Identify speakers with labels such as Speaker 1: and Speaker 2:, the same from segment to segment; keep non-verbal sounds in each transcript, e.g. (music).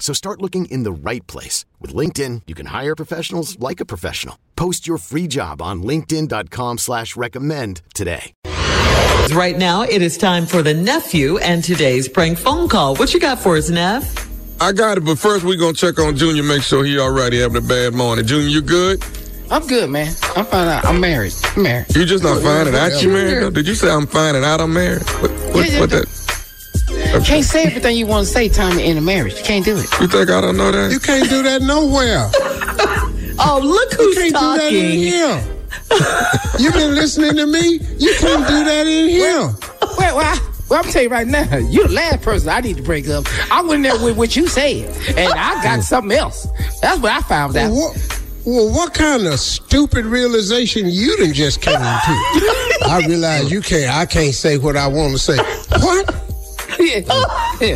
Speaker 1: So start looking in the right place. With LinkedIn, you can hire professionals like a professional. Post your free job on linkedin.com slash recommend today.
Speaker 2: Right now, it is time for the nephew and today's prank phone call. What you got for us, Neff?
Speaker 3: I got it, but first we gonna check on Junior, make sure he already having a bad morning. Junior, you good?
Speaker 4: I'm good, man. I'm fine. out. I'm married. I'm married.
Speaker 3: You just not finding out you married? though? Did you say I'm finding out I'm married? What, what,
Speaker 4: Yeah, yeah,
Speaker 3: what
Speaker 4: yeah.
Speaker 3: that?
Speaker 4: Can't say everything you want to say, Tommy, in a marriage. You can't do it.
Speaker 3: You think I don't know that?
Speaker 5: You can't do that nowhere.
Speaker 2: Oh, look who's
Speaker 5: You can't do that in
Speaker 2: talking.
Speaker 5: here. You've been listening to me. You can't do that in here.
Speaker 4: Well, well, I, well I'm tell you right now, you the last person I need to break up. I went there with what you said, and I got something else. That's what I found out.
Speaker 5: What, well, what kind of stupid realization you done just came to? I realize you can't. I can't say what I want to say. What?
Speaker 4: (laughs) Yeah, yeah.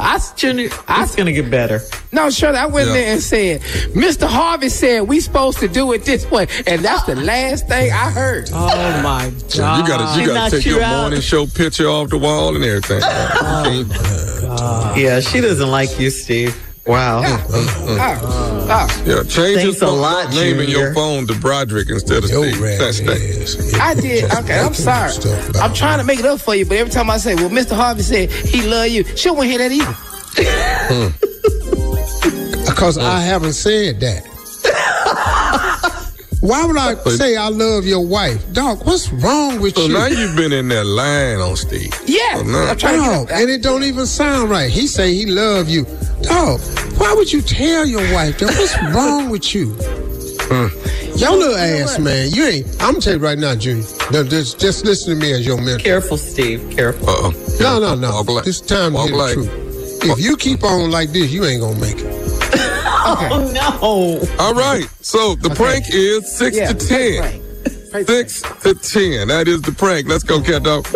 Speaker 4: I, s-
Speaker 2: Junior,
Speaker 4: I-
Speaker 2: Ah, it's gonna get better.
Speaker 4: no, sure. I went there and said, Mr. Harvey said we supposed to do it this way, and that's the last thing I heard.
Speaker 2: Oh my
Speaker 3: Yeah,
Speaker 2: god!
Speaker 3: You gotta,
Speaker 2: She
Speaker 3: you gotta
Speaker 2: knocked
Speaker 3: take
Speaker 2: you
Speaker 3: your
Speaker 2: out.
Speaker 3: morning show picture off the wall
Speaker 2: (laughs)
Speaker 3: and everything.
Speaker 2: Yeah, she doesn't like you, Steve. Wow.
Speaker 4: Uh,
Speaker 3: yeah, change
Speaker 2: Thanks
Speaker 3: his
Speaker 2: a
Speaker 3: phone,
Speaker 2: lot,
Speaker 3: name in
Speaker 2: Junior.
Speaker 3: your phone to Broderick instead of
Speaker 5: Your
Speaker 3: Steve.
Speaker 5: rat
Speaker 3: That's that.
Speaker 5: ass.
Speaker 4: I did. Okay, I'm sorry. I'm trying to make it up for you, but every time I say, "Well, Mr. Harvey said he love you," she won't hear that either.
Speaker 5: Because I haven't said that. Why would I say I love your wife? Dog, what's wrong with
Speaker 3: So
Speaker 5: you?
Speaker 3: now you've been in that line on Steve.
Speaker 4: Yeah,
Speaker 3: Oh, no.
Speaker 4: I'm trying to
Speaker 5: Dog,
Speaker 4: get up.
Speaker 5: and it don't even sound right. He say he love you. Dog, why would you tell your wife that?
Speaker 4: (laughs)
Speaker 5: What's wrong with you?
Speaker 4: Hmm.
Speaker 5: Your little ass, man. You ain't. I'm gonna tell you right now, Junior. No, just, just listen to me as your mentor.
Speaker 2: Careful, Steve. Careful.
Speaker 3: Uh-oh.
Speaker 5: No, no, no.
Speaker 3: Walk like-
Speaker 5: This time to
Speaker 3: walk
Speaker 5: hear
Speaker 3: like-
Speaker 5: the truth. If you keep on like this, you ain't gonna make it.
Speaker 2: Oh no.
Speaker 3: All right. So the prank is six
Speaker 4: Yeah,
Speaker 3: to ten.
Speaker 4: prank, prank.
Speaker 3: Six to ten. That is the prank. Let's go, cat dog.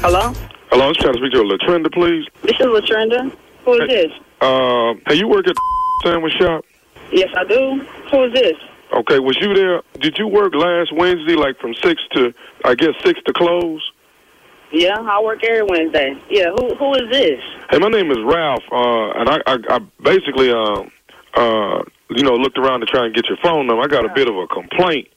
Speaker 6: Hello?
Speaker 7: Hello, I'm trying to speak to Latrinda, please.
Speaker 6: This is Latrinda. Who is this?
Speaker 7: Uh, hey, you work at (laughs) the sandwich shop?
Speaker 6: Yes, I do. Who is this?
Speaker 7: Okay, was you there? Did you work last Wednesday, like from six to, I guess six to close?
Speaker 6: Yeah, I work every Wednesday. Yeah, who who is this?
Speaker 7: Hey, my name is Ralph, uh, and I, I, I basically, uh, uh, you know, looked around to try and get your phone number. I got a bit of a complaint.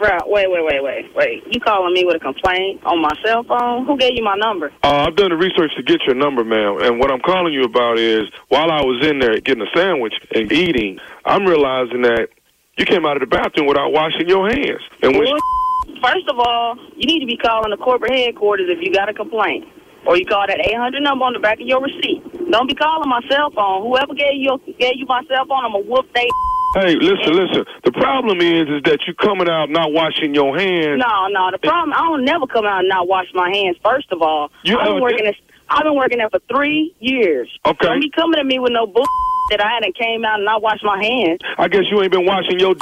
Speaker 6: Right, wait, wait, wait, wait, wait. You calling me with a complaint on my cell phone? Who gave you my number?
Speaker 7: Uh, I've done the research to get your number, ma'am, and what I'm calling you about is while I was in there getting a sandwich and eating, I'm realizing that you came out of the bathroom without washing your hands. And when
Speaker 6: Bull- First of all, you need to be calling the corporate headquarters if you got a complaint. Or you call that 800 number on the back of your receipt. Don't be calling my cell phone. Whoever gave you gave you my cell phone, I'm going to whoop they
Speaker 7: Hey, listen, listen. The problem is, is that you coming out not washing your hands.
Speaker 6: No, no. The problem, I don't never come out and not wash my hands. First of all,
Speaker 7: You
Speaker 6: I've
Speaker 7: know,
Speaker 6: been working.
Speaker 7: th-
Speaker 6: At, I've been working there for three years.
Speaker 7: Okay.
Speaker 6: Don't be coming to me with no bull (laughs) that I hadn't came out and not washed my hands.
Speaker 7: I guess you ain't been washing your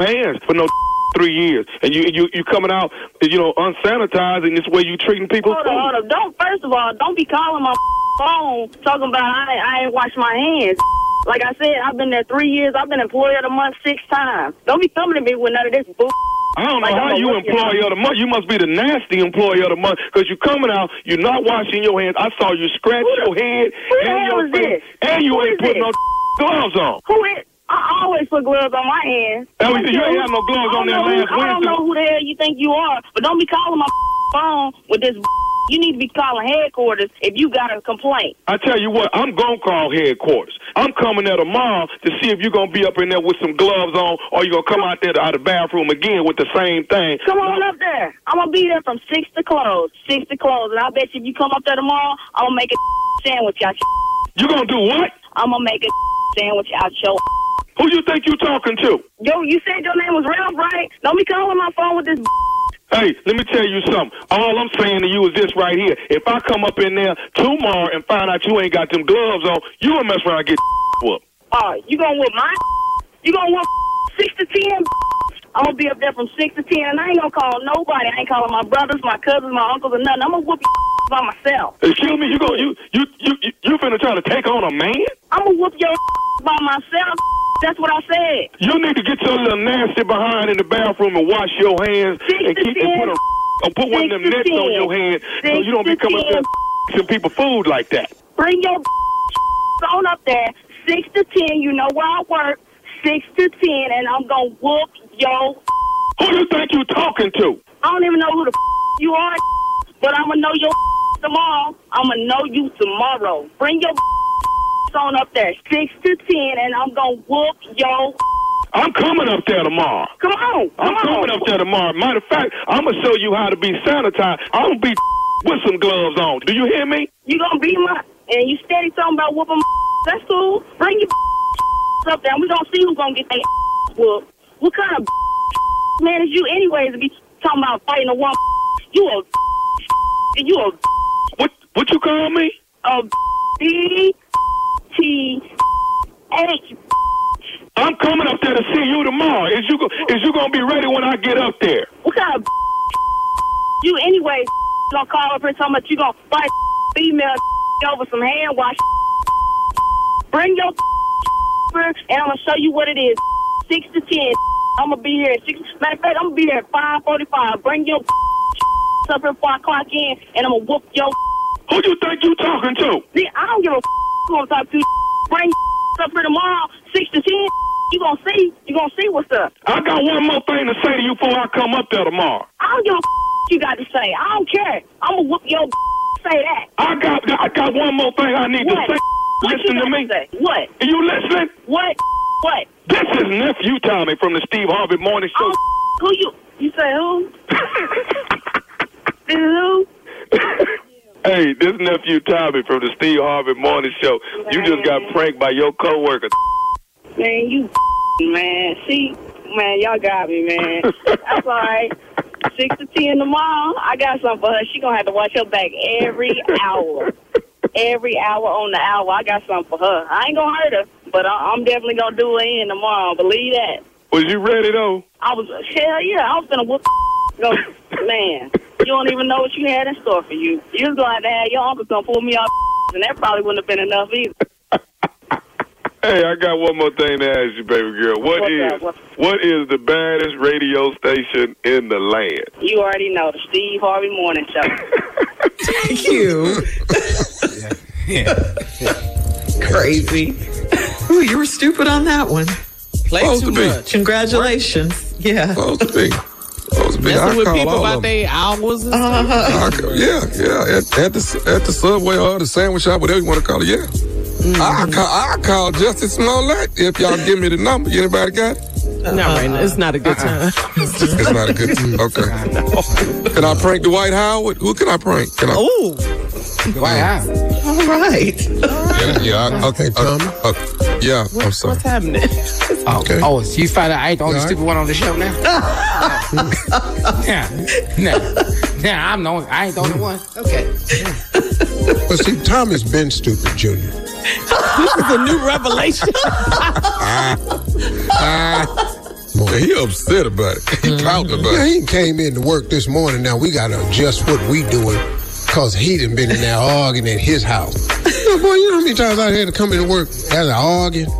Speaker 7: hands for no three years, and you you you coming out, you know, unsanitized, and this way you treating people.
Speaker 6: Hold on, hold on. Don't. First of all, don't be calling my (laughs) phone talking about I, I ain't washed my hands. Like I said, I've been there three years. I've been employee of the month six times. Don't be coming to me with none of this bull.
Speaker 7: I don't know
Speaker 6: Like, I'm
Speaker 7: how
Speaker 6: a
Speaker 7: you
Speaker 6: rookie,
Speaker 7: employee
Speaker 6: huh?
Speaker 7: of the month. You must be the nasty employee of the month because you coming out, you're not washing your hands. I saw you scratch
Speaker 6: Who the-
Speaker 7: your head
Speaker 6: who the
Speaker 7: and
Speaker 6: hell
Speaker 7: your
Speaker 6: is
Speaker 7: face,
Speaker 6: this?
Speaker 7: and you
Speaker 6: Who
Speaker 7: ain't
Speaker 6: is
Speaker 7: putting no
Speaker 6: this?
Speaker 7: gloves on.
Speaker 6: Who is? I always put gloves on my hands.
Speaker 7: Oh, you ain't had no
Speaker 6: I
Speaker 7: gloves
Speaker 6: don't
Speaker 7: on that
Speaker 6: know who- I
Speaker 7: last
Speaker 6: don't
Speaker 7: Wednesday.
Speaker 6: know who the hell you think you are, but don't be calling my (laughs) phone with this (laughs) You need to be calling headquarters if you got a complaint.
Speaker 7: I tell you what, I'm gonna call headquarters. I'm coming there tomorrow to see if you're gonna be up in there with some gloves on, or you're gonna come out there to, out of the bathroom again with the same thing.
Speaker 6: Come on up there. I'm gonna be there from six to close. Six to close, and I bet you if you come up there tomorrow, I'm gonna make a (laughs) sandwich out. your- (laughs)
Speaker 7: You gonna do what?
Speaker 6: I'm gonna make a (laughs) sandwich out your. (laughs)
Speaker 7: Who you think you talking to?
Speaker 6: Yo, you said your name was Ralph, right? Don't be calling my phone with this.
Speaker 7: Hey, let me tell you something. All I'm saying to you is this right here. If I come up in there tomorrow and find out you ain't got them gloves on, you gonna mess around and get (laughs) whooped.
Speaker 6: Uh, you gonna whip my? (laughs) You gonna whip (laughs) six to ten? (laughs) I'm gonna be up there from six to ten, and I ain't gonna call nobody. I ain't calling my brothers, my cousins, my uncles, or nothing. I'm gonna whoop your (laughs) by myself.
Speaker 7: Excuse me, you gonna you you you you, you finna try to take on a man?
Speaker 6: I'm gonna whoop your (laughs) by myself. (laughs) That's what I said.
Speaker 7: You need to get your little nasty behind in the bathroom and wash your hands
Speaker 6: Six
Speaker 7: and
Speaker 6: to
Speaker 7: keep (laughs) and put
Speaker 6: ten.
Speaker 7: a or put one of them
Speaker 6: Six to
Speaker 7: nets on
Speaker 6: ten.
Speaker 7: your hand so
Speaker 6: Six
Speaker 7: you don't
Speaker 6: to
Speaker 7: be coming up (laughs)
Speaker 6: ten.
Speaker 7: there some people food like that.
Speaker 6: Bring your (laughs) phone up there. Six to ten. You know where I work. Six to ten, and I'm gonna whoop your.
Speaker 7: Who you think you talking to?
Speaker 6: I don't even know who the you are, but I'm gonna know your tomorrow. I'm gonna know you tomorrow. Bring your on up there, six to ten, and I'm gonna whoop your.
Speaker 7: I'm coming up there tomorrow.
Speaker 6: Come on,
Speaker 7: I'm
Speaker 6: come on.
Speaker 7: coming up there tomorrow. Matter of fact, I'm gonna show you how to be sanitized. I'm gonna be (laughs) with some gloves on. Do you hear me?
Speaker 6: You gonna be my and you steady talking about whooping. my That's cool. Bring your up there, and we gonna see who's gonna get that whooped. What kind of man is you, anyways? To be talking about fighting a woman, you a you a
Speaker 7: What What you call me?
Speaker 6: a Oh, B T H.
Speaker 7: I'm coming up there to see you tomorrow. Is you go, Is you gonna be ready when I get up there?
Speaker 6: What kind of you anyway? Gonna call up here talking about you gonna fight female over some hand wash. Bring your and I'm gonna show you what it is. Six to ten. I'm gonna be here at six. Matter of fact, I'm gonna be there at five forty-five. Bring your up here before I clock in, and I'm gonna whoop your.
Speaker 7: Who you think you talking to?
Speaker 6: See, I don't give a who I'm talking to. Bring (laughs) up here tomorrow, six to ten. You gonna see? You gonna see what's up?
Speaker 7: I got one more thing to say to you before I come up there tomorrow.
Speaker 6: I don't give a you got to say. I don't care. I'm gonna whoop your. (laughs) Say that.
Speaker 7: I got I got one more thing I need
Speaker 6: What?
Speaker 7: to say.
Speaker 6: What
Speaker 7: Listen
Speaker 6: you got
Speaker 7: to me.
Speaker 6: say? What?
Speaker 7: Are you listening?
Speaker 6: What? What?
Speaker 7: This is nephew Tommy from the Steve Harvey Morning
Speaker 6: I
Speaker 7: Show.
Speaker 6: don't who you? You say who? This is who? (laughs)
Speaker 7: Hey, this nephew Tommy from the Steve Harvey Morning Show. You just got pranked by your coworker.
Speaker 6: Man, you (laughs) man. See, man, y'all got me, man. That's all right. Six to ten tomorrow. I got something for her. She gonna have to watch her back every hour. Every hour on the hour, I got something for her. I ain't gonna hurt her, but I, I'm definitely gonna do her in tomorrow. Believe that.
Speaker 7: Was you ready though?
Speaker 6: I was hell yeah, I was gonna whoop (laughs) go man. You don't even know what you had in store for you. You was gonna have to have your uncle gonna pull me off (laughs) and that probably wouldn't have been enough either.
Speaker 7: Hey, I got one more thing to ask you, baby girl. What
Speaker 6: What's
Speaker 7: is
Speaker 6: up? What's-
Speaker 7: what is the baddest radio station in the land?
Speaker 6: You already know the Steve Harvey morning show.
Speaker 2: Thank you. (laughs) Crazy. Ooh, you were stupid on that one.
Speaker 4: Play
Speaker 3: Supposed
Speaker 4: too
Speaker 3: to be.
Speaker 4: much.
Speaker 2: Congratulations. Yeah.
Speaker 3: Supposed to be. Supposed to be.
Speaker 4: Messing
Speaker 3: I
Speaker 4: with
Speaker 3: call
Speaker 4: people
Speaker 3: all
Speaker 4: about
Speaker 3: of them.
Speaker 4: their hours and stuff.
Speaker 3: I ca- yeah, yeah. At, at the at the subway or the sandwich shop, whatever you want to call it. Yeah.
Speaker 4: Mm-hmm.
Speaker 3: I call I call Justice Smollett if y'all give me the number. Anybody got it?
Speaker 4: Not right now. It's not a good time.
Speaker 3: It's not a
Speaker 4: (laughs)
Speaker 3: good. Okay. Can I prank Dwight Howard? Who can I prank? Can I?
Speaker 2: Oh,
Speaker 4: Wow.
Speaker 2: all right.
Speaker 3: Yeah, yeah. I, okay,
Speaker 5: Tommy.
Speaker 3: Uh, uh, yeah, I'm sorry.
Speaker 4: What's happening? Oh,
Speaker 5: Okay.
Speaker 4: oh, so you find out I ain't the only
Speaker 5: Alright.
Speaker 4: stupid one on the show (laughs) now? yeah. Yeah. Yeah, I'm the only, I ain't the only one. Okay.
Speaker 5: But see, Tommy's been stupid, Junior.
Speaker 4: This is a new revelation.
Speaker 3: Boy, he upset about it. He
Speaker 2: Mm-hmm.
Speaker 3: pouting about
Speaker 5: Yeah,
Speaker 3: it.
Speaker 5: he came in to work this morning. Now we gotta adjust what we doing, cause he done been in there arguing at his house. Yeah, boy, you know how many times I had to come into work as an arguing.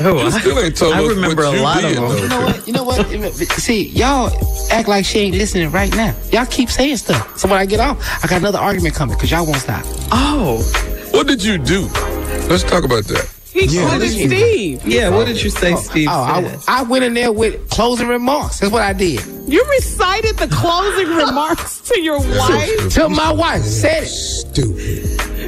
Speaker 3: You still ain't told
Speaker 2: I
Speaker 3: us
Speaker 2: remember
Speaker 3: what
Speaker 2: a
Speaker 3: you
Speaker 2: lot of
Speaker 3: did,
Speaker 2: them.
Speaker 3: though.
Speaker 4: you know what? You know what? See, y'all act like she ain't listening right now. Y'all keep saying stuff. So when I get off, I got another argument coming because y'all won't stop.
Speaker 2: Oh,
Speaker 3: What did you do? Let's talk about that.
Speaker 4: He
Speaker 8: Yeah,
Speaker 4: quoted
Speaker 8: this-
Speaker 4: Steve.
Speaker 9: Yeah, what did you say, Steve?
Speaker 4: Oh, I,
Speaker 9: said?
Speaker 4: I went in there with closing remarks. That's what I did.
Speaker 2: You recited the closing remarks
Speaker 9: (laughs)
Speaker 2: to your wife.
Speaker 4: Till my wife said it.
Speaker 8: Stupid.